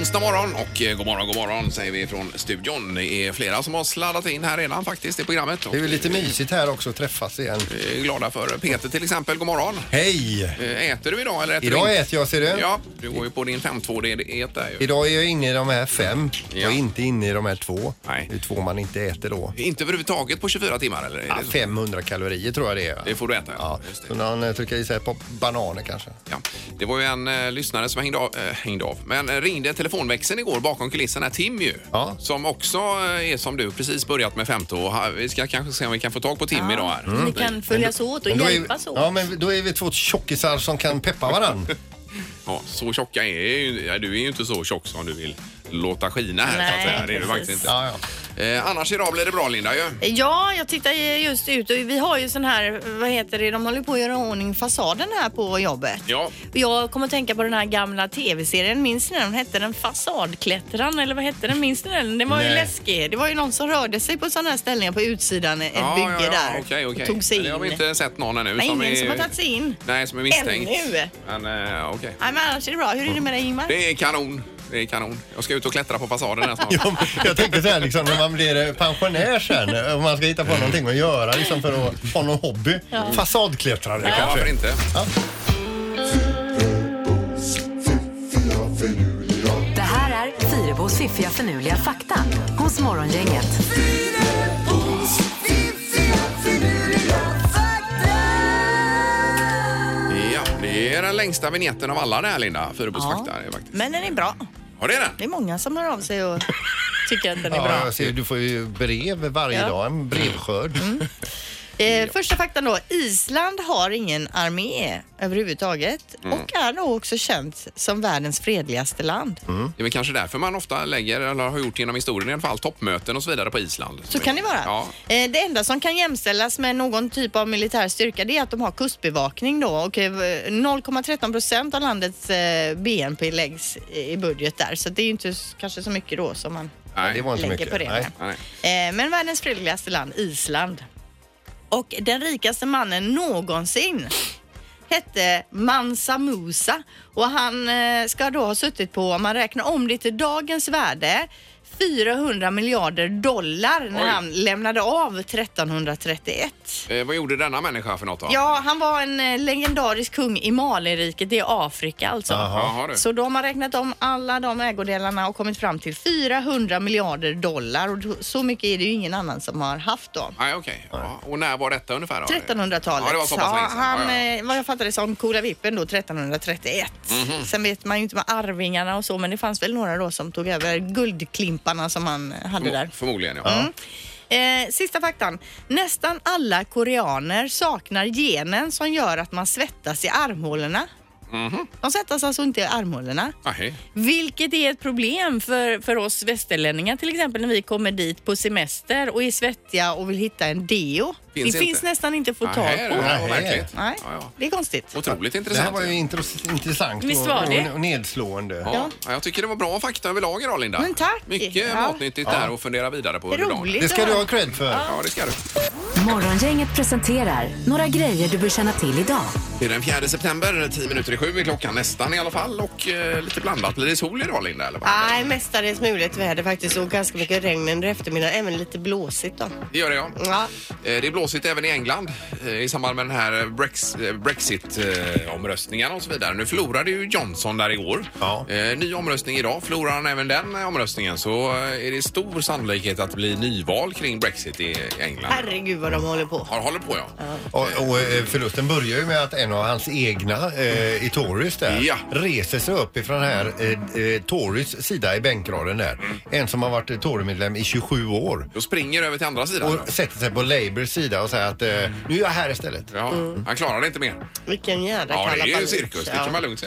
tisdag morgon och eh, god morgon, god morgon säger vi från studion. Det är flera som har sladdat in här redan faktiskt i programmet. Och Det är väl lite mysigt här också att träffas igen. vi är glada för Peter till exempel, god morgon. Hej! Eh, Äter du idag eller äter du Idag inte? äter jag ser du. Ja, du går ju på din 5-2-diet E där ju. Idag är jag inne i de här fem. Jag är Ja. inte inne i de här två. Nej. Det är två man inte äter då. Inte överhuvudtaget på 24 timmar eller? Är Ja, det så? 500 kalorier tror jag det är. Det får du äta, ja. ja. Just det. Så när han eh, trycker i sig på bananer kanske. Ja, det var ju en eh, lyssnare som hängde av, eh, hängde av, men eh, ringde telefonväxeln igår bakom kulisserna, Tim ju. Ja. Som också eh, är som du, precis börjat med 15 och ha- vi ska kanske se om vi kan få tag på Tim idag här. Ni kan följas åt och Men då är, hjälpas åt. ja, men då är vi två tjockisar som kan peppa varann. Ja, så tjocka är ju, ja, du är ju inte så tjock som du vill låta skina här så att Nej, säga. Det är du precis. faktiskt inte. Ja, ja. Eh, annars idag blir det bra Linda ju. Ja, jag tittar just ut och vi har ju sån här, vad heter det, de håller på att göra i ordning fasaden här på jobbet. Ja. Och jag kommer att tänka på den här gamla tv-serien, minns ni den? Hette den Fasadklättraren eller vad hette den? Minns ni den? Den var ju Nej. läskig. Det var ju någon som rörde sig på sådana här ställningar på utsidan, ett bygge där. Okej, okej. Och tog sig Men Det har vi in. inte sett någon ännu. Nej, ingen som har tagit sig in. Nej, som är misstänkt. Ännu. Men eh, okej. Nej, men annars är det bra. Hur är det med dig Ingmar? Det är kanon. Det är kanon. Jag ska ut och klättra på fasaden här snart. Ja, men Jag tänkte så här, liksom, när man blir eh, pensionär sen, eh, om man ska hitta på någonting att göra liksom, för att ha någon hobby. Fasadklättrare Ja, kanske. varför inte? Det här är Fyrabos fiffiga förnuliga fakta hos Morgongänget. Ja, det är den längsta vignetten av alla det här Linda, Furubos fakta. det är faktiskt. Men Mm. den är bra. Ja, det är den. Det är många som hör av sig och tycker att den är bra. Ja, jag ser, du får ju brev varje Ja. Mm. dag, en brevskörd. Eh, första faktan då. Island har ingen armé överhuvudtaget och är nog också känt som världens fredligaste land. Det är väl kanske därför man ofta lägger, eller har gjort genom historien i alla fall, toppmöten och så vidare på Island. Så kan det vara. Ja. Eh, det enda som kan jämställas med någon typ av militär styrka det är att de har kustbevakning då och eh, 0,13 procent av landets eh, BNP läggs i budget där så det är ju inte s- kanske så mycket då som man Nej, Det var inte lägger mycket. på det. Nej. Nej. Eh, Men världens fredligaste land, Island. Och den rikaste mannen någonsin hette Mansa Musa och han eh, ska då ha suttit på, om man räknar om det till dagens värde, 400 miljarder dollar när Oj. han lämnade av 1331. Eh, vad gjorde denna människa för något då? Ja, han var en eh, legendarisk kung i Maliriket, det är Afrika alltså. Jaha, du. Så då har man räknat om alla de ägodelarna och kommit fram till 400 miljarder dollar och då- så mycket är det ju ingen annan som har haft då. Nej, okej. Ja. Och när var detta ungefär? Då? 1300-talet. Ja, det var så pass sa länge sedan. han, ja, ja. eh, vad jag fattade som coola vippen då 1331. Mhm. Sen vet man ju inte med arvingarna och så men det fanns väl några då som tog över guldklimparna som han eh, hade där. Förmo- Förmodligen, ja. Mm. Eh, sista faktan. Nästan alla koreaner saknar genen som gör att man svettas i armhålorna. Mhm. De svettas alltså inte i armhålorna. Nej. Vilket är ett problem för, för oss västerlänningar till exempel när vi kommer dit på semester och är svettiga och vill hitta en deo. Finns det inte. finns nästan inte att få tag Nej, det på. var Nej. verkligt. Nej, Ja, ja. det är konstigt. Otroligt Det här intressant. var ju intros- intressant Visst var och, det? och, och nedslående. ja. Ja, jag tycker det var bra fakta överlag idag, Linda. Men tack. Mycket Ja. matnyttigt där och fundera vidare på under dagen. Roligt. Det ska du ha cred för. Ja, det ska du. Morgongänget presenterar några grejer du bör känna till idag. Det är den 4 september, 10 minuter i sju är klockan nästan i alla fall och eh, lite blandat. Blir det sol idag Linda? Eller vad? Nej, mestadels mulet väder faktiskt och ganska mycket regn under eftermiddagen. Även lite blåsigt då. Det gör det ja. Ja. Eh, Det är blåsigt även i England eh, i samband med den här eh, Brexit-omröstningen och så vidare. Nu förlorade ju Johnson där igår. Ja. Eh, Ny omröstning idag. Förlorar han även den eh, omröstningen så eh, är det stor sannolikhet att det blir nyval kring Brexit i i England. Herregud vad de håller på. Ja, håller på ja. Och, och eh, förlusten börjar ju med att en av hans egna eh, i Torys där Ja. reser sig upp ifrån här eh, eh, Torys sida i bänkraden där. En som har varit eh, Torymedlem i 27 år Då springer över till andra sidan. och sätter sig på Labours sida och säger att eh, nu är jag här istället. Ja, Mm. Han klarar det inte mer. Vilken jädra Ja, det är ju kalabalik. cirkus, det kan man lugnt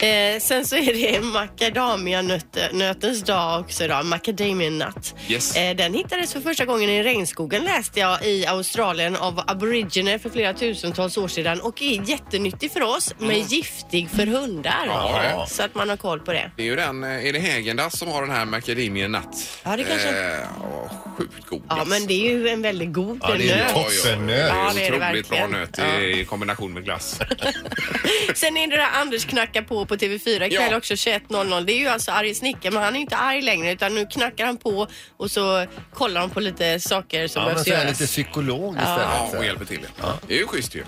säga. eh, Sen så är det macadamianötens dag också idag. Macadamianut. Yes. Eh, den hittades för första gången i regnskogen läste jag i Australien av aboriginer för flera tusentals år sedan och är jättenyttig för oss men giftig för hundar. Mm. Ja, det är. Så att man har koll på det. Det är ju den, eh, är det Hägendas som har den här Macadamia Nut? Ja, det kanske- Eh, ja, sjukt god Ja, glass. men det är ju en väldigt god Ja, det är ju nöt. toppennöt. Ja, det är det är det otroligt bra verkligen. nöt i, i kombination med glass. Sen är det där Anders knackar på på på TV4 ikväll Ja. också 21.00. Det är ju alltså arg snickare men han är ju inte arg längre utan nu knackar han på och så kollar han på lite saker som Ja, men behövs så är jag göras. lite psykolog Ja, istället. och hjälper till. Det är ju schysst ju.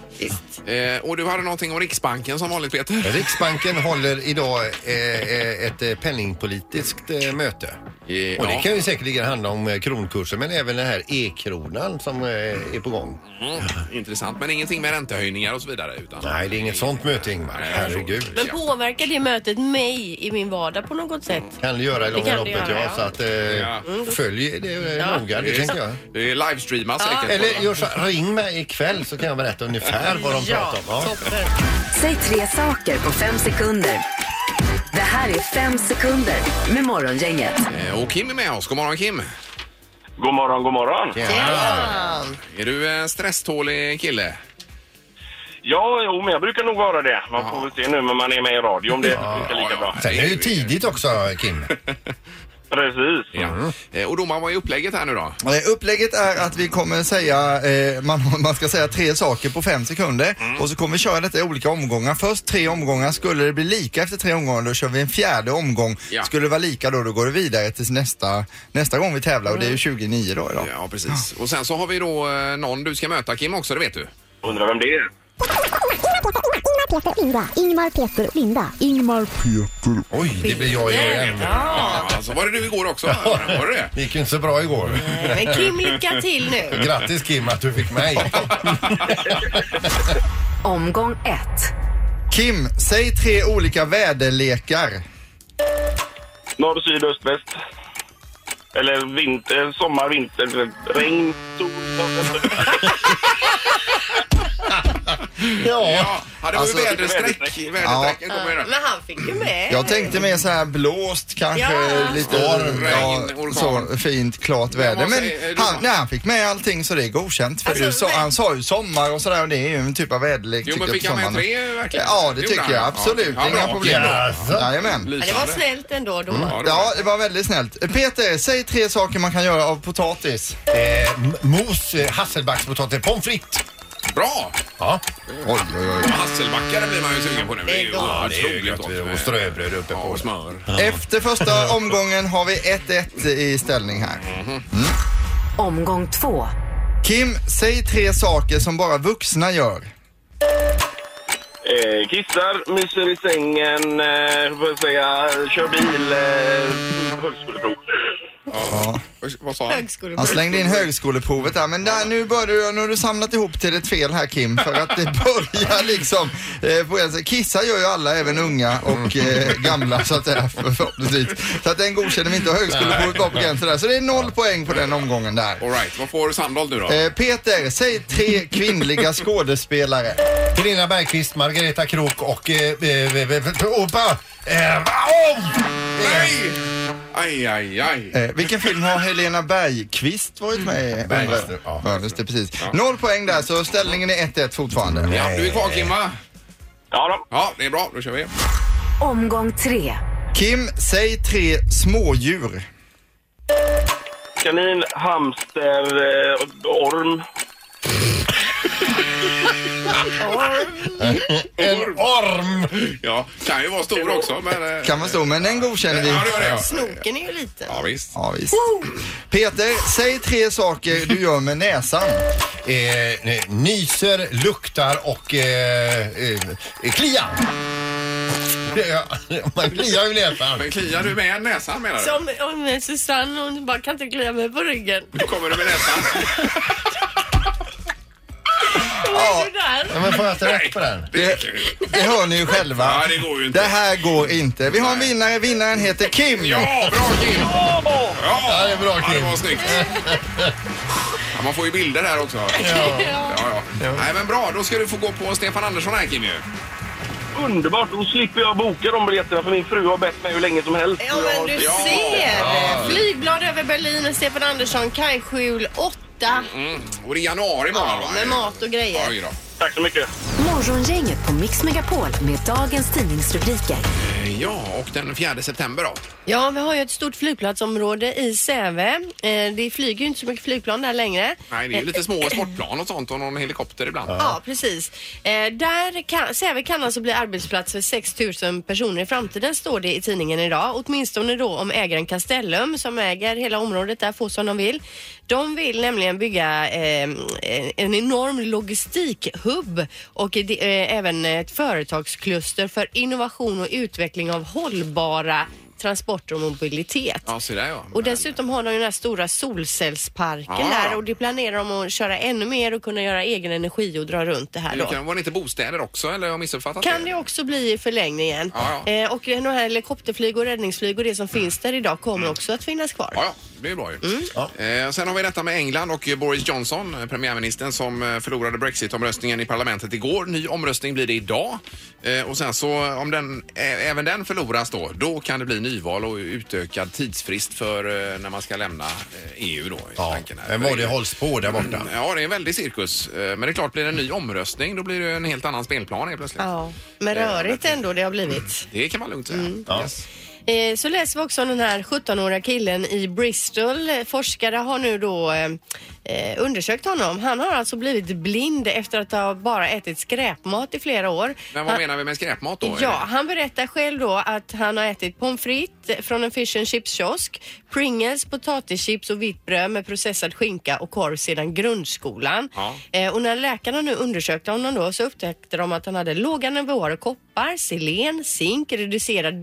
Eh, och du hade någonting om Riksbanken som vanligt Eh, Peter. Riksbanken håller idag eh, eh, ett eh, penningpolitiskt eh, möte. Eh, Ja. Och det kan ju säkerligen handla om eh, kronkurser men även den här e-kronan som eh, är på gång. Mm, intressant, men ingenting med räntehöjningar och så vidare. Utan... Nej, det är inget sånt möte Ingmar. Nej, Herregud. Men påverkar det mötet mig i min vardag på något sätt? Kan det göra i kan långa det loppet göra, ja. ja. Så att eh, Ja. följ det eh, noga, det Det är- tänker jag. Det är livestreamat säkert. Eller gör så, ring mig ikväll så kan jag berätta ungefär vad de pratar om. Ja. toppen. Säg tre saker på fem sekunder. Det här är fem sekunder med Morgongänget. Eh, Och Kim är med oss. God morgon Kim. God morgon, god morgon. Ja. Är du en stresstålig kille? Ja, jo, men jag brukar nog vara det. Man Ja. får väl se nu när man är med i radio om det funkar ja, lika ja. bra. Sen är det ju tidigt också Kim. Precis. Mm. Ja. Eh, Och domaren, vad är upplägget här nu då? Eh, Upplägget är att vi kommer säga, eh, man, man ska säga tre saker på fem sekunder Mm. och så kommer vi köra detta i olika omgångar. Först tre omgångar, skulle det bli lika efter tre omgångar då kör vi en fjärde omgång. Ja. Skulle det vara lika då, då går det vidare till nästa, nästa gång vi tävlar och det är ju 29 då idag. Ja, precis. Och sen så har vi då eh, någon du ska möta Kim också, det vet du. Undrar vem det är? Ingmar, Peter, Linda. Ingmar, Peter, Linda. Ingmar, Peter. Oj, det blir jag igen. Ja, så var det du igår också. Var det det? Det gick ju inte så bra igår. Men Kim, lycka till nu! Grattis Kim att du fick mig. Omgång ett. Kim, säg tre olika väderlekar. Norr, syd, öst, väst. Eller vinter, sommar, vinter, regn, sol. Ja. Ja, ja det var ju Alltså- väderstreck. Väderstrecken kommer ju Men där. han fick ju med. Jag tänkte mer så här blåst kanske, Ja. lite Storm, regn, orkan. så fint klart väder. vad Men säger du? han, nej, han fick med allting så det är godkänt. För Alltså, du sa, men- han sa ju sommar och sådär och det är ju en typ av väderlek. Jo, men tycker fick han jag, på med sommaren. tre verkligen? Ja, det gjorde tycker jag han. absolut. Ja, Inga bra. problem. Jaså? Jajamän. Ja, det var snällt ändå då. Mm. Ja, det var väldigt snällt. Peter, säg tre saker man kan göra av potatis. Eh, m- mos, eh, hasselbackspotatis, pommes frites. Bra! Ja. Oj, oj, oj. Hasselbackare blir man ju sugen på nu. Det är ju otroligt gott. Och ströbröd uppe Ja, på. och smör. Efter första omgången har vi 1-1 i ställning här. Omgång två. Kim, säg tre saker som bara vuxna gör. Eh, kissar, myser i sängen, eh, hur får jag säga, kör bil, eh, högskoleprov. Usch, Vad sa han? Högskoleprovet. Alltså- Han slängde in högskoleprovet där, men där, nu, börjar du, nu har du samlat ihop till ett fel här Kim, för att det börjar liksom... Eh, på, en- kissa gör ju alla, även unga och eh, gamla så att säga, för- förhoppningsvis. Så att den godkänner vi inte och högskoleprovet var på gränsen där. Så det är noll poäng på den omgången där. All right, vad får Sandholt nu då? Eh, Peter, säg tre kvinnliga skådespelare. Helena Bergqvist, Margareta Krook och... Eh, eh, eh, eh, och bara- eh, åh! Nej! Aj, aj, aj. Eh, vilken film har Helena Bergqvist varit med i? Bergqvist, Undrar- ja. Ja, just det, precis. Noll poäng där, så ställningen är 1-1 fortfarande. Ja, du är kvar Kim va? Ja då. Ja, det är bra. Då kör vi. Omgång tre. Kim, säg tre smådjur. Kanin, hamster, eh, orm. En orm! Ja, kan ju vara stor också, men... eh, Kan man stå, men den godkänner vi. Ja, det gör det. ja. Snoken är ju liten. Ja, visst. Ja, visst. Peter, säg tre saker du gör med näsan. Eh, nej, nyser, luktar och eh, eh, kliar. Ja, Man kliar ju näsan. Men kliar du med näsan menar du? Som om Susanne, hon bara kan inte klia mig på ryggen. Nu kommer du med näsan. Vad är det där? Ja, men får jag inte rätt på den? Det, Det hör ni ju själva. Ja, det går ju inte. Det här går inte. Vi har en vinnare. Vinnaren heter Kim. ja, bra Kim! Ja, Ja, det är bra, Ja, det Kim. var snyggt. Ja, man får ju bilder här också. Ja. Ja, Nej, men bra. Då ska du få gå på Stefan Andersson här Kim ju. Underbart, då slipper jag boka de biljetterna för min fru har bett mig hur länge som helst. Ja, men du Ja. ser! Flygblad över Berlin, Stefan Andersson, kajskjul 8. Mm. Och det är januari månad va? Med mat och grejer. Oj då. Tack så mycket. Morgongänget på Mix Megapol med dagens tidningsrubriker. Eh, Ja, och den 4 september då? Ja, vi har ju ett stort flygplatsområde i Säve. Eh, det flyger ju inte så mycket flygplan där längre. Eh, Nej, det är ju lite små sportplan och sånt och någon helikopter ibland. Ja, precis. Eh, där kan, Säve kan alltså bli arbetsplats för 6 000 personer i framtiden, står det i tidningen idag. Åtminstone då om ägaren Castellum, som äger hela området där, får som de vill. De vill nämligen bygga eh, en enorm logistikhubb och eh, även ett företagskluster för innovation och utveckling av hållbara transporter och mobilitet. Ja, så där ja. Och Men- dessutom har de ju den här stora solcellsparken Ja. där och det planerar de att köra ännu mer och kunna göra egen energi och dra runt det här Eller då. kan, var det inte bostäder också eller har jag missuppfattat Kan det också bli i förlängningen. Ja, ja. Eh, och de här helikopterflyg och räddningsflyg och det som finns där idag kommer också att finnas kvar. Ja, ja, det är bra ju. Mm. Ja. Eh, sen har vi detta med England och Boris Johnson, eh, premiärministern som eh, förlorade Brexit-omröstningen i parlamentet igår. Ny omröstning blir det idag. Eh, och sen så om den, eh, även den förloras då, då kan det bli nyval och utökad tidsfrist för eh, när man ska lämna eh, EU då. i Ja, tanken här. men vad det hålls på där borta. Ja, det är en väldig cirkus. Eh, Men det är klart, blir det en ny omröstning då blir det en helt annan spelplan helt plötsligt. Ja, men rörigt ändå det har blivit. Det kan man lugnt säga. Mm. Ja. Yes. Eh, så läser vi också om den här 17-åriga killen i Bristol. Eh, Forskare har nu då eh, eh, undersökt honom. Han har alltså blivit blind efter att ha bara ätit skräpmat i flera år. Men Han- vad menar vi med skräpmat då? Ja, han berättar själv då att han har ätit pommes frites från en fish and chips-kiosk, Pringles, potatischips och vitt bröd med processad skinka och korv sedan grundskolan. Ja. Eh, och när läkarna nu undersökte honom då så upptäckte de att han hade låga nivåer av koppar, selen, zink, reducerad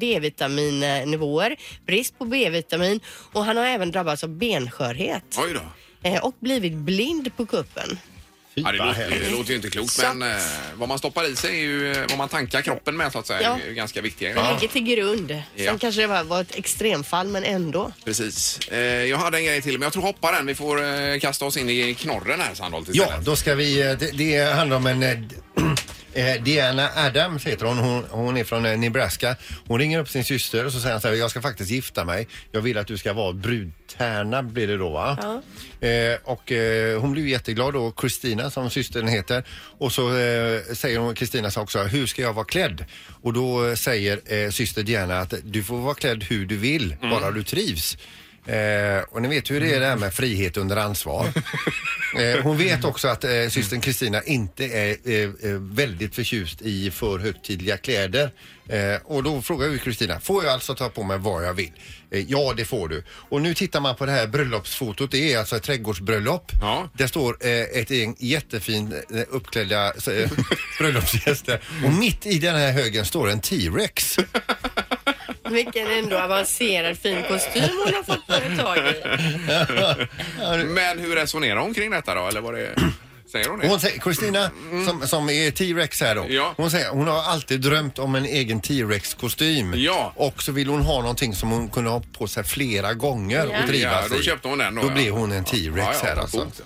D-vitaminnivåer, brist på B-vitamin och han har även drabbats av benskörhet Oj då. eh, och blivit blind på kuppen. Fy, Ja, det, vad låter, det hemskt. låter ju inte klokt, Exakt. men eh, vad man stoppar i sig är ju eh, vad man tankar kroppen med så att säga. Ja. är ju ganska viktiga Det grejer. ligger till grund. Sen Ja. kanske det var- var ett extremfall men ändå. Precis. Eh, jag hade en grej till, men jag tror hoppa den. Vi får eh, kasta oss in i knorren här, Sandholt, Ja, istället. då ska vi... eh, Det, det handlar om en... eh, eh, Diana Adams heter hon. hon. Hon är från eh, Nebraska. Hon ringer upp sin syster och så säger han så här, jag ska faktiskt gifta mig. Jag vill att du ska vara brudtärna blir det då va? Eh, och eh, hon blir ju jätteglad då, Kristina som systern heter. Och så eh, säger hon, Kristina sa också, hur ska jag vara klädd? Och då eh, säger eh, syster Diana att du får vara klädd hur du vill, bara du trivs. Eh, och ni vet hur det är det här med frihet under ansvar. Eh, hon vet också att eh, systern Kristina inte är eh, eh, väldigt förtjust i för högtidliga kläder. Eh, och då frågar ju Kristina, får jag alltså ta på mig vad jag vill? Eh, ja, det får du. Och nu tittar man på det här bröllopsfotot. Det är alltså ett trädgårdsbröllop. Ja. Där står eh, ett gäng jättefint eh, uppklädda eh, bröllopsgäster. Och mitt i den här högen står en T-Rex. Vilken ändå avancerad fin kostym hon har fått tag i. Men hur resonerar hon kring detta då? Eller var det... Säger hon det? Hon säger, Christina som, som är T-Rex här då. Mm. Ja. Hon säger hon har alltid drömt om en egen T-Rex kostym. Ja. Och så vill hon ha någonting som hon kunde ha på sig flera gånger Ja. och Ja, trivas då alltså i. köpte hon den då, Då ja. blir hon en T-Rex Ja, ja, här alltså. coolt.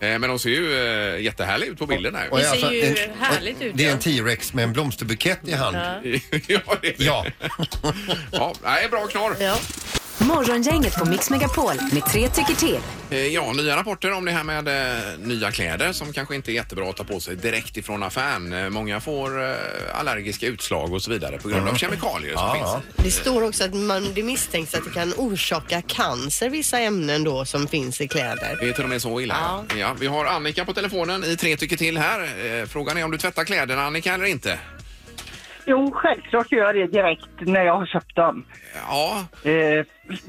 Eh, men hon ser ju eh, jättehärlig ut på bilden här. Och Det är ser ju och härligt ut, Det är ja. en T-Rex med en blomsterbukett i hand. ja, det är det. Ja. ja, nej, bra knorr. Ja. Morgongänget på Mix Megapol med tre tycker till. Eh, Ja, nya rapporter om det här med eh, nya kläder som kanske inte är jättebra att ta på sig direkt ifrån affären. Eh, Många får eh, allergiska utslag och så vidare på grund av kemikalier som Mm. Ja, ja. finns. Det står också att man, det misstänks att det kan orsaka cancer, vissa ämnen då som finns i kläder. Det är till och med så illa. Ja. vi har Annika på telefonen i Tre tycker till här. Eh, Frågan är om du tvättar kläderna Annika eller inte? Jo, självklart gör jag det direkt när jag har köpt dem. Ja, Eh,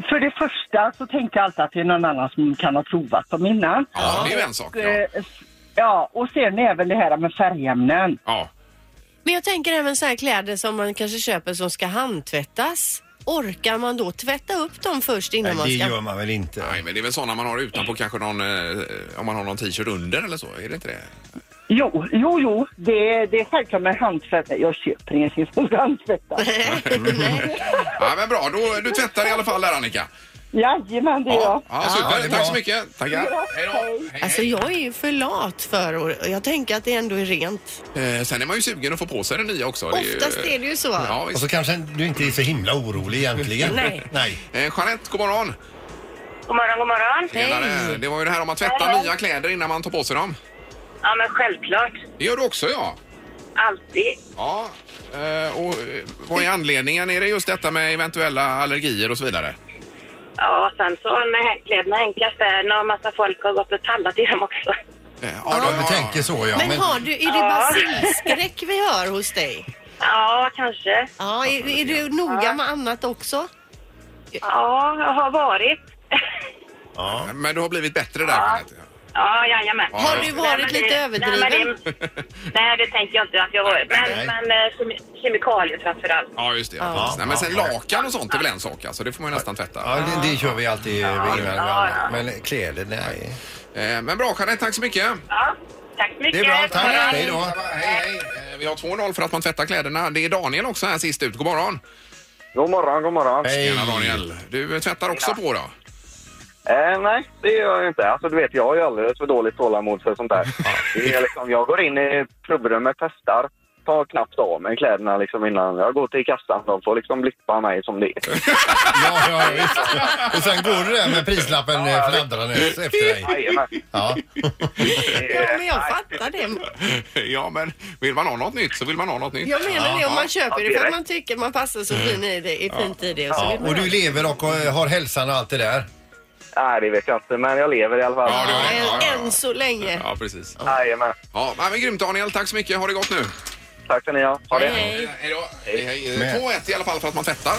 för det första så tänkte jag alltid att det är någon annan som kan ha provat dem innan. ja det är ju en sak. Ja. Eh, ja, och sen även det här med färgämnen. Ja. Men jag tänker även så här kläder som man kanske köper som ska handtvättas. Orkar man då tvätta upp dem först innan Nej, det man ska... gör man väl inte? Nej, men det är väl sådana man har utanpå kanske någon, eh, om man har någon t-shirt under eller så, är det inte det? Jo, jo, jo, det, det är självklart med handtvätt. Jag köper ingenting som ska handtvättas. Ja, men bra, då, du tvättar i alla fall där Annika. Jajamän, det gör jag. Ja, super. det är Tack bra. så mycket. Tackar. Hej då. Hej, hej. Alltså jag är ju för lat för att... Jag tänker att det ändå är rent. Eh, sen är man ju sugen att få på sig den nya också. ju- Oftast är det ju så. Ja, Och visst. så kanske du inte är så himla orolig egentligen. Nej. Nej. Eh, Jeanette, god morgon. God morgon, god morgon. Tjenare. Det var ju det här om att tvätta Hej. nya kläder innan man tar på sig dem. Ja, men självklart. Det gör du också, ja. Alltid. Ja, eh, och eh, vad är anledningen? Är det just detta med eventuella allergier och så vidare? Ja, och sen så när kläderna enklas där när en massa folk har gått och tallat i dem också. Eh, Ja, de tänker så ja. Men, har du, är det Ja. basilskräck vi hör hos dig? Ja, kanske. Ja, är, är du noga med annat också? Ja, jag har varit. Ja. Men du har blivit bättre där, Jeanette? Ja, jajamän. Ja, Har du Nej, varit men det- lite överdriven? Nej, men det, nej, det tänker jag inte att jag har varit. Nej. Men, men eh, kemi- kemikalier framför allt. Ja, just det. Ja. Nej, men sen lakan och sånt är väl en sak, alltså. Det får man ju nästan tvätta. Ja, det, det kör vi alltid Ja, eh, innan ja, vi handlar. ja. Men kläder, nej. Eh, Men bra, Jeanette. Tack så mycket. Ja, tack så Det mycket. är bra, tack. Hej. Hej då. Hej, hej. Eh, Vi har 2-0 för att man tvättar kläderna. Det är Daniel också här sist ut. God morgon! God morgon, god morgon. Hej. Tjena Daniel! Du tvättar också på då? Eh, nej, det gör jag inte. Alltså, du vet, jag har ju alldeles för dåligt tålamod för sånt där. Det är liksom, jag går in i pubrummet, testar, tar knappt av mig kläderna liksom innan. Jag går till kassan, de får liksom blippa mig som det är. Ja, ja, visst. Och sen går du där med prislappen eh, fladdrandes efter dig. Jajamän. Ja. Ja, men jag fattar det. ja, men vill man ha något nytt så vill man ha något nytt. Jag menar det, om man köper det det är för att rätt. man tycker man passar så fin i det, är fint i det. Och så Ja, vill man och ha du det. lever och eh, har hälsan och allt det där. Nej, det vet jag inte, men jag lever i alla fall. Ja, det gör Ja, det. Ja, än, ja, ja. än så länge. Ja, precis. Jajamän. Ja, men grymt Daniel. Tack så mycket. Ha det gott nu. Tack ska ni ha. Ha det. Hej. Hej då. Hej, hej. Eh, 2-1 i alla fall för att man tvättar.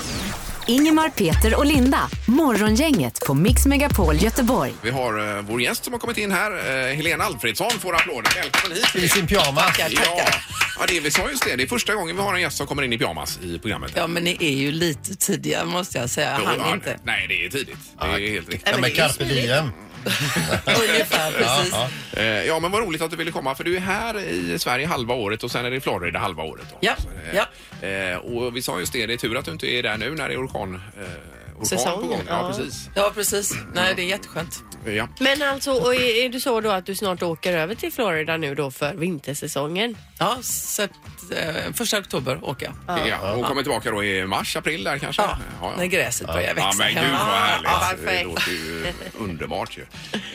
Ingemar, Peter och Linda. Morgongänget på Mix Megapol Göteborg. Vi har eh, vår gäst som har kommit in här. Eh, Helena Alfredsson får applåder. Välkommen hit. I sin pyjamas. Ja, ja det, vi sa just det. Det är första gången vi har en gäst som kommer in i pyjamas i programmet. Ja, men ni är ju lite tidiga måste jag säga. Jo, Han ja, inte. Nej, det är tidigt. Det är helt riktigt. Ja, med carpe diem. Ungefär precis. Ja, Eh, Ja, men vad roligt att du ville komma för du är här i Sverige halva året och sen är det i Florida halva året. Då. Ja, Eh, eh, Och vi sa just det, det är tur att du inte är där nu när det är orkan, eh, orkan Säsong, på gång. Ja, ja. precis. Ja, precis. Nej, det är jätteskönt. Eh, Ja. Men alltså, och är, är det så då att du snart åker över till Florida nu då för vintersäsongen? Ja, sept, eh, första oktober åker jag. Ja. och kommer tillbaka då i mars, april där kanske? Ja, när gräset börjar Ja, växa men gud vad hemma. härligt. Ja, det perfekt. låter ju underbart ju.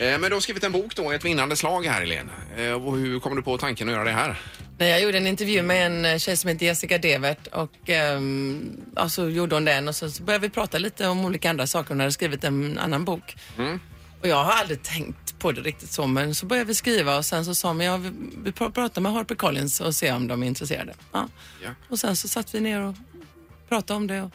Eh, Men du har skrivit en bok då, Ett vinnande slag här Helene. Eh, Och hur kom du på tanken att göra det här? Nej, jag gjorde en intervju med en eh, tjej som heter Jessica Devert och ehm, ja, så gjorde hon den och så, så började vi prata lite om olika andra saker. Hon hade skrivit en annan bok. Och jag har aldrig tänkt på det riktigt så men så började vi skriva och sen så sa hon, ja, vi, vi pr- pratar med Harper Collins och ser om de är intresserade. Ja. Ja. Och sen så satt vi ner och pratade om det. Och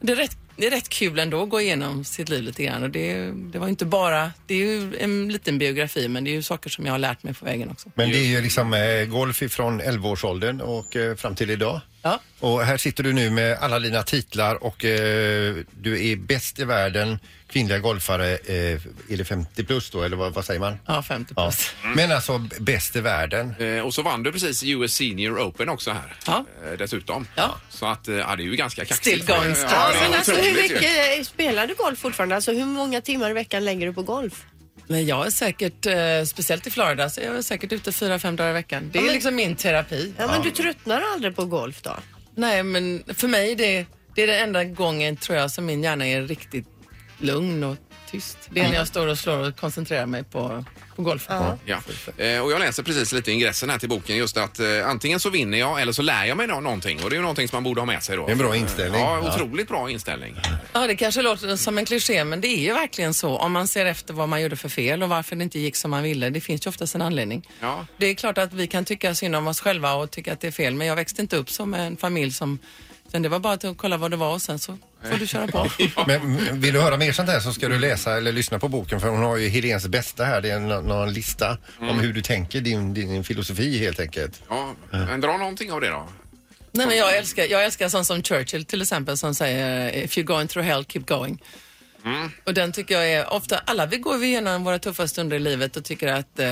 det, är rätt, det är rätt kul ändå att gå igenom sitt liv lite grann och det, det var ju inte bara, det är ju en liten biografi men det är ju saker som jag har lärt mig på vägen också. Men det är ju liksom eh, golf ifrån 11-årsåldern och eh, fram till idag. Ja. Och här sitter du nu med alla dina titlar och eh, du är bäst i världen kvinnliga golfare, eh, är det 50 plus då eller vad, vad säger man? Ja, 50 Ja. plus. Men alltså b- bäst i världen. Eh, Och så vann du precis US Senior Open också här. Ja. eh, Dessutom. Ja. Så att, eh, ja, det är ju ganska kaxigt. Still going strong. Ja, Ja, det är men alltså hur otroligt ju. mycket eh, spelar du golf fortfarande? Alltså hur många timmar i veckan lägger du på golf? Men jag är säkert, eh, speciellt i Florida, så jag är väl säkert ute fyra, fem dagar i veckan. Det är liksom min terapi. Ja, men du tröttnar aldrig på golf då? Nej, men för mig det, det är den enda gången tror jag som min hjärna är riktigt lugn och tyst. Det Mm. är när jag står och slår och koncentrerar mig på, på golfen. Ja. Eh, Och jag läser precis lite i ingressen här till boken just att eh, antingen så vinner jag eller så lär jag mig nå- någonting och det är ju någonting som man borde ha med sig då. Det är en bra inställning. Ja, Ja. otroligt bra inställning. Ja, det kanske låter som en kliché, men det är ju verkligen så. Om man ser efter vad man gjorde för fel och varför det inte gick som man ville. Det finns ju oftast en anledning. Ja. Det är klart att vi kan tycka synd om oss själva och tycka att det är fel, men jag växte inte upp som en familj som... Sen det var bara att kolla vad det var och sen så får du köra på. Men m- vill du höra mer sånt här så ska du läsa eller lyssna på boken för hon har ju Helens bästa här. Det är en, någon lista om hur du tänker, din, din filosofi helt enkelt. Mm. Ja, men dra någonting av det då. Nej, men jag älskar, jag älskar sånt som Churchill till exempel som säger if you're going through hell, keep going. Mm. Och den tycker jag är ofta, alla vi går vi igenom våra tuffa stunder i livet och tycker att eh,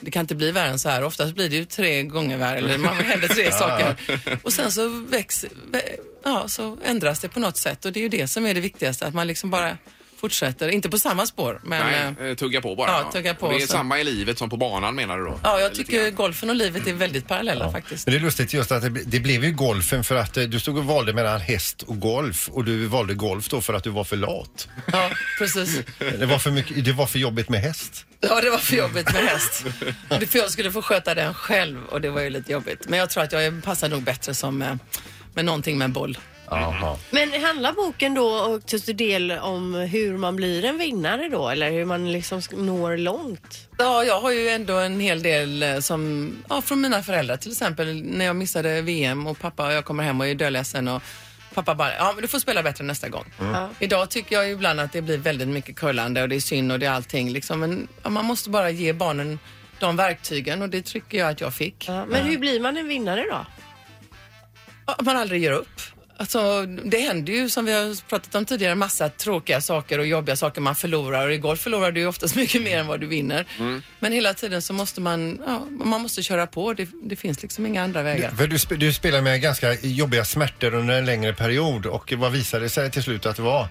det kan inte bli värre än så här. Oftast blir det ju tre gånger värre eller man händer tre saker. Och sen så växer, vä- ja så ändras det på något sätt och det är ju det som är det viktigaste, att man liksom bara fortsätter. Inte på samma spår, men... eh, Nej, eh, tugga på bara. ja, tugga på och det är så. samma i livet som på banan menar du då? Ja, jag tycker golfen och livet är väldigt parallella faktiskt. Men det är lustigt just att det, ble- det blev ju golfen för att eh, du stod och valde mellan häst och golf och du valde golf då för att du var för lat. Ja, precis. Det var för, mycket, det var för jobbigt med häst. Ja, det var för jobbigt med häst. Det- För jag skulle få sköta den själv och det var ju lite jobbigt. Men jag tror att jag passar nog bättre som eh, med någonting med en boll. Mm. Jaha. Men handlar boken då och till stor del om hur man blir en vinnare då eller hur man liksom sk- når långt? Ja, jag har ju ändå en hel del eh, som, ja, från mina föräldrar till exempel. När jag missade VM och pappa, jag kommer hem och är dödledsen och pappa bara, ja men du får spela bättre nästa gång. Mm. Ja. Idag tycker jag ju ibland att det blir väldigt mycket curlande och det är synd och det är allting liksom. Men ja, man måste bara ge barnen de verktygen och det tycker jag att jag fick. Men hur blir man en vinnare då? Att man aldrig ger upp. Alltså, det händer ju som vi har pratat om tidigare massa tråkiga saker och jobbiga saker man förlorar och i golf förlorar du ju oftast mycket mer än vad du vinner. Men hela tiden så måste man, ja, man måste köra på. Det, det finns liksom inga andra vägar. För du, sp- du spelade med ganska jobbiga smärtor under en längre period och vad visade det sig till slut att det var?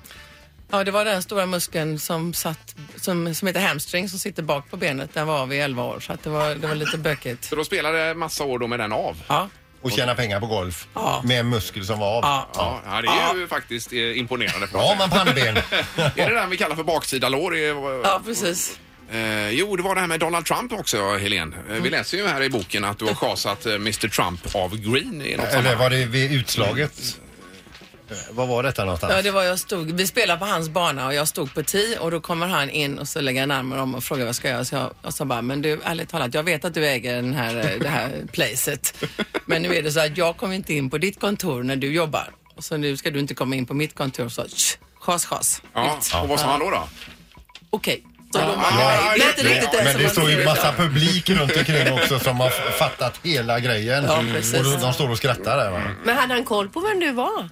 Ja, det var den stora muskeln som satt, som, som heter hamstring, som sitter bak på benet. Den var av i 11 år, så att det, var, det var lite bökigt. Så då spelade massa år då med den av? Ja. Och tjäna pengar på golf Ja. med en muskel som var av. Ja, ja, det är ju faktiskt eh, imponerande. får Ja, man man pannben. är det den vi kallar för baksida lår? Ja, precis. Eh, jo, det var det här med Donald Trump också, Helen. Eh, Mm. Vi läser ju här i boken att du har chasat eh, Mr Trump av Green i något Eller sammanhang. var Eh, det vid utslaget? Eh, Vad var detta någonstans? Ja, det var jag stod. Vi spelade på hans bana och jag stod på 10 och då kommer han in och så lägger han armen om och frågar vad ska jag göra. Så jag, jag sa bara, men du ärligt talat, jag vet att du äger den här, eh, det här placet. Men nu är det så att jag kommer inte in på ditt kontor när du jobbar. Och Så nu ska du inte komma in på mitt kontor. Så tsch, chas, chas. Ja, Ut. och vad sa han då? då? Okej. Så då- Ja, det är inte riktigt det men som det man står ju vill massa göra. publik runt omkring också som har fattat hela grejen. Ja, precis. och då, de står och skrattar där va? Men hade han koll på vem du var?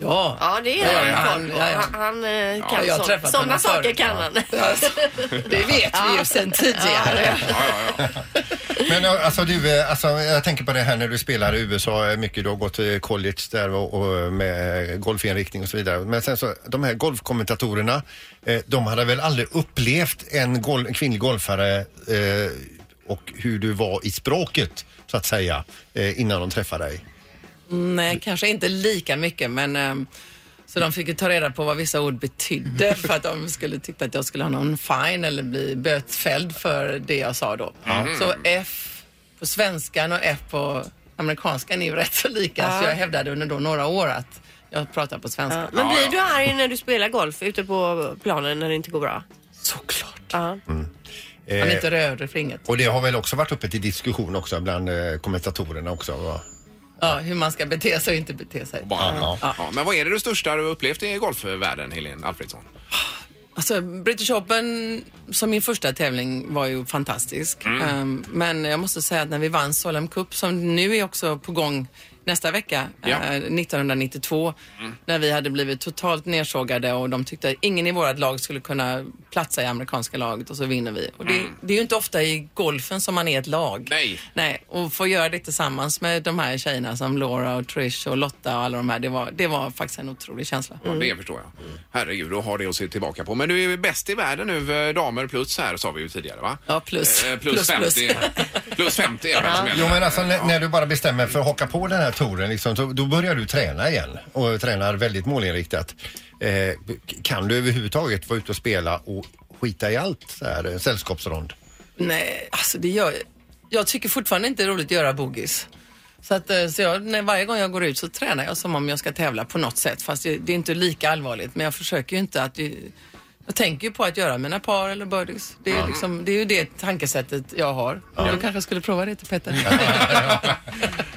Ja. Ja, det Ja, är ja, han. koll ja, på. ja. Han, han eh, kan jag har sånt. träffat Sådana honom förut. saker kan han. Det vet vi ju sedan tidigare. Men eh, alltså du, eh, alltså, jag tänker på det här när du spelar i USA eh, mycket. Du har gått eh, college där och, och med eh, golfinriktning och så vidare. Men sen så, de här golfkommentatorerna, eh, de hade väl aldrig upplevt en, gol- en kvinnlig golfare eh, och hur du var i språket, så att säga, eh, innan de träffade dig. Nej, kanske inte lika mycket, men ehm, så de fick ju ta reda på vad vissa ord betydde för att de skulle tycka att jag skulle ha någon fine eller bli bötfälld för det jag sa då. Mhm. Så F på svenskan och F på amerikanskan är ju rätt så lika, Ja. så jag hävdade under då några år att jag pratar på svenska. Men blir du arg när du spelar golf ute på planen när det inte går bra? Såklart. Ja. Han är Eh, inte röd för inget. Och det har väl också varit uppe till diskussion också bland eh, kommentatorerna också? va? Ja, hur man ska bete sig och inte bete sig. Ja. Ja, men vad är det du största du upplevt i golfvärlden, Helen Alfredsson? Alltså, British Open som min första tävling var ju fantastisk. Mm. Ehm, men jag måste säga att när vi vann Solheim Cup som nu är också på gång nästa vecka, Ja. eh, 1992, när vi hade blivit totalt nersågade och de tyckte att ingen i vårt lag skulle kunna platsa i amerikanska laget och så vinner vi. Och det, Mm. det är ju inte ofta i golfen som man är ett lag. Nej. Nej, och få göra det tillsammans med de här tjejerna som Laura och Trish och Lotta och alla de här, det var, det var faktiskt en otrolig känsla. Ja, det förstår jag. Herregud, och har det att se tillbaka på. Men du är ju bäst i världen nu, eh, damer plus här sa vi ju tidigare va? Ja, plus. Eh, plus, Plus, 50. Plus 50 är det som Jo gäller. men alltså när, när du bara bestämmer för att haka på den här touren liksom, så, då börjar du träna igen och tränar väldigt målinriktat. Eh, kan du överhuvudtaget vara ute och spela och skita i allt så här, eh, sällskapsrond? Nej, alltså det gör jag. tycker fortfarande inte det är roligt att göra bogis. Så, att, eh, så jag, när varje gång jag går ut så tränar jag som om jag ska tävla på något sätt. Fast det, det är inte lika allvarligt. Men jag försöker ju inte att... ju- Jag tänker ju på att göra mina par eller birdies. Det är, Mm. liksom, det är ju det tankesättet jag har. Du kanske skulle prova det till Petter?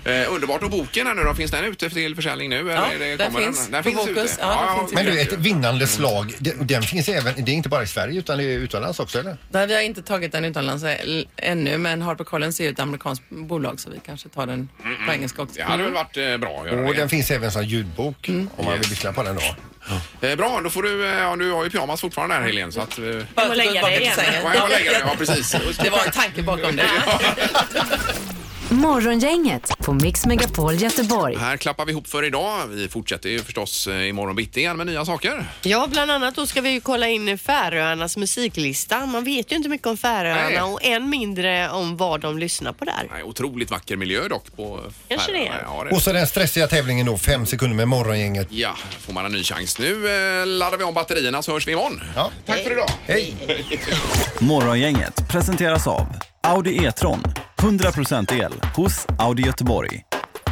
Eh, underbart. Och boken här nu då, finns den ute till försäljning nu? eller är det, den kommer finns. Den, den På finns Bokus. ute? Ja, den finns Men du, ett vinnande slag, den, den finns även, det är inte bara i Sverige utan det är utomlands också eller? Nej, vi har inte tagit den utomlands ä- ännu. Men HarperCollins är ju ett amerikanskt bolag så vi kanske tar den på engelska också. Det hade väl varit eh, bra att göra Och det. den finns även som ljudbok om man vill lyssna på den då. Eh, bra, då får du... eh, Ja, du har ju pyjamas fortfarande här Helene så att... eh, Bara att gå lägga tillbaka dig till igen. sängen. Ja, jag lägger det. Ja, precis. Det var en tanke bakom det. Morgongänget på Mix Megapol Göteborg. Här klappar vi ihop för idag. Vi fortsätter ju förstås eh, imorgon bitti igen med nya saker. Ja, bland annat då ska vi ju kolla in Färöarnas musiklista. Man vet ju inte mycket om Färöarna Nej. och än mindre om vad de lyssnar på där. Nej, otroligt vacker miljö dock på Kanske det Färöarna. Ja, det. Och så den stressiga tävlingen då, fem sekunder med morgongänget. Ja, får man en ny chans. Nu eh, laddar vi om batterierna så hörs vi imorgon. Ja. Tack för idag. Morgongänget presenteras av Audi E-tron. 100% el hos Audi Göteborg.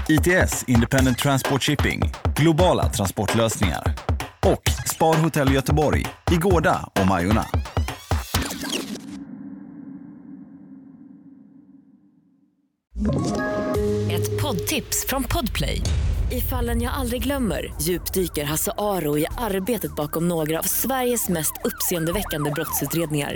ITS Independent Transport Shipping. Globala transportlösningar. Och Spar Hotel Göteborg i Gårda och Majorna. Ett poddtips från Podplay. I fallen jag aldrig glömmer djupdyker Hasse Aro i arbetet bakom några av Sveriges mest uppseendeväckande brottsutredningar.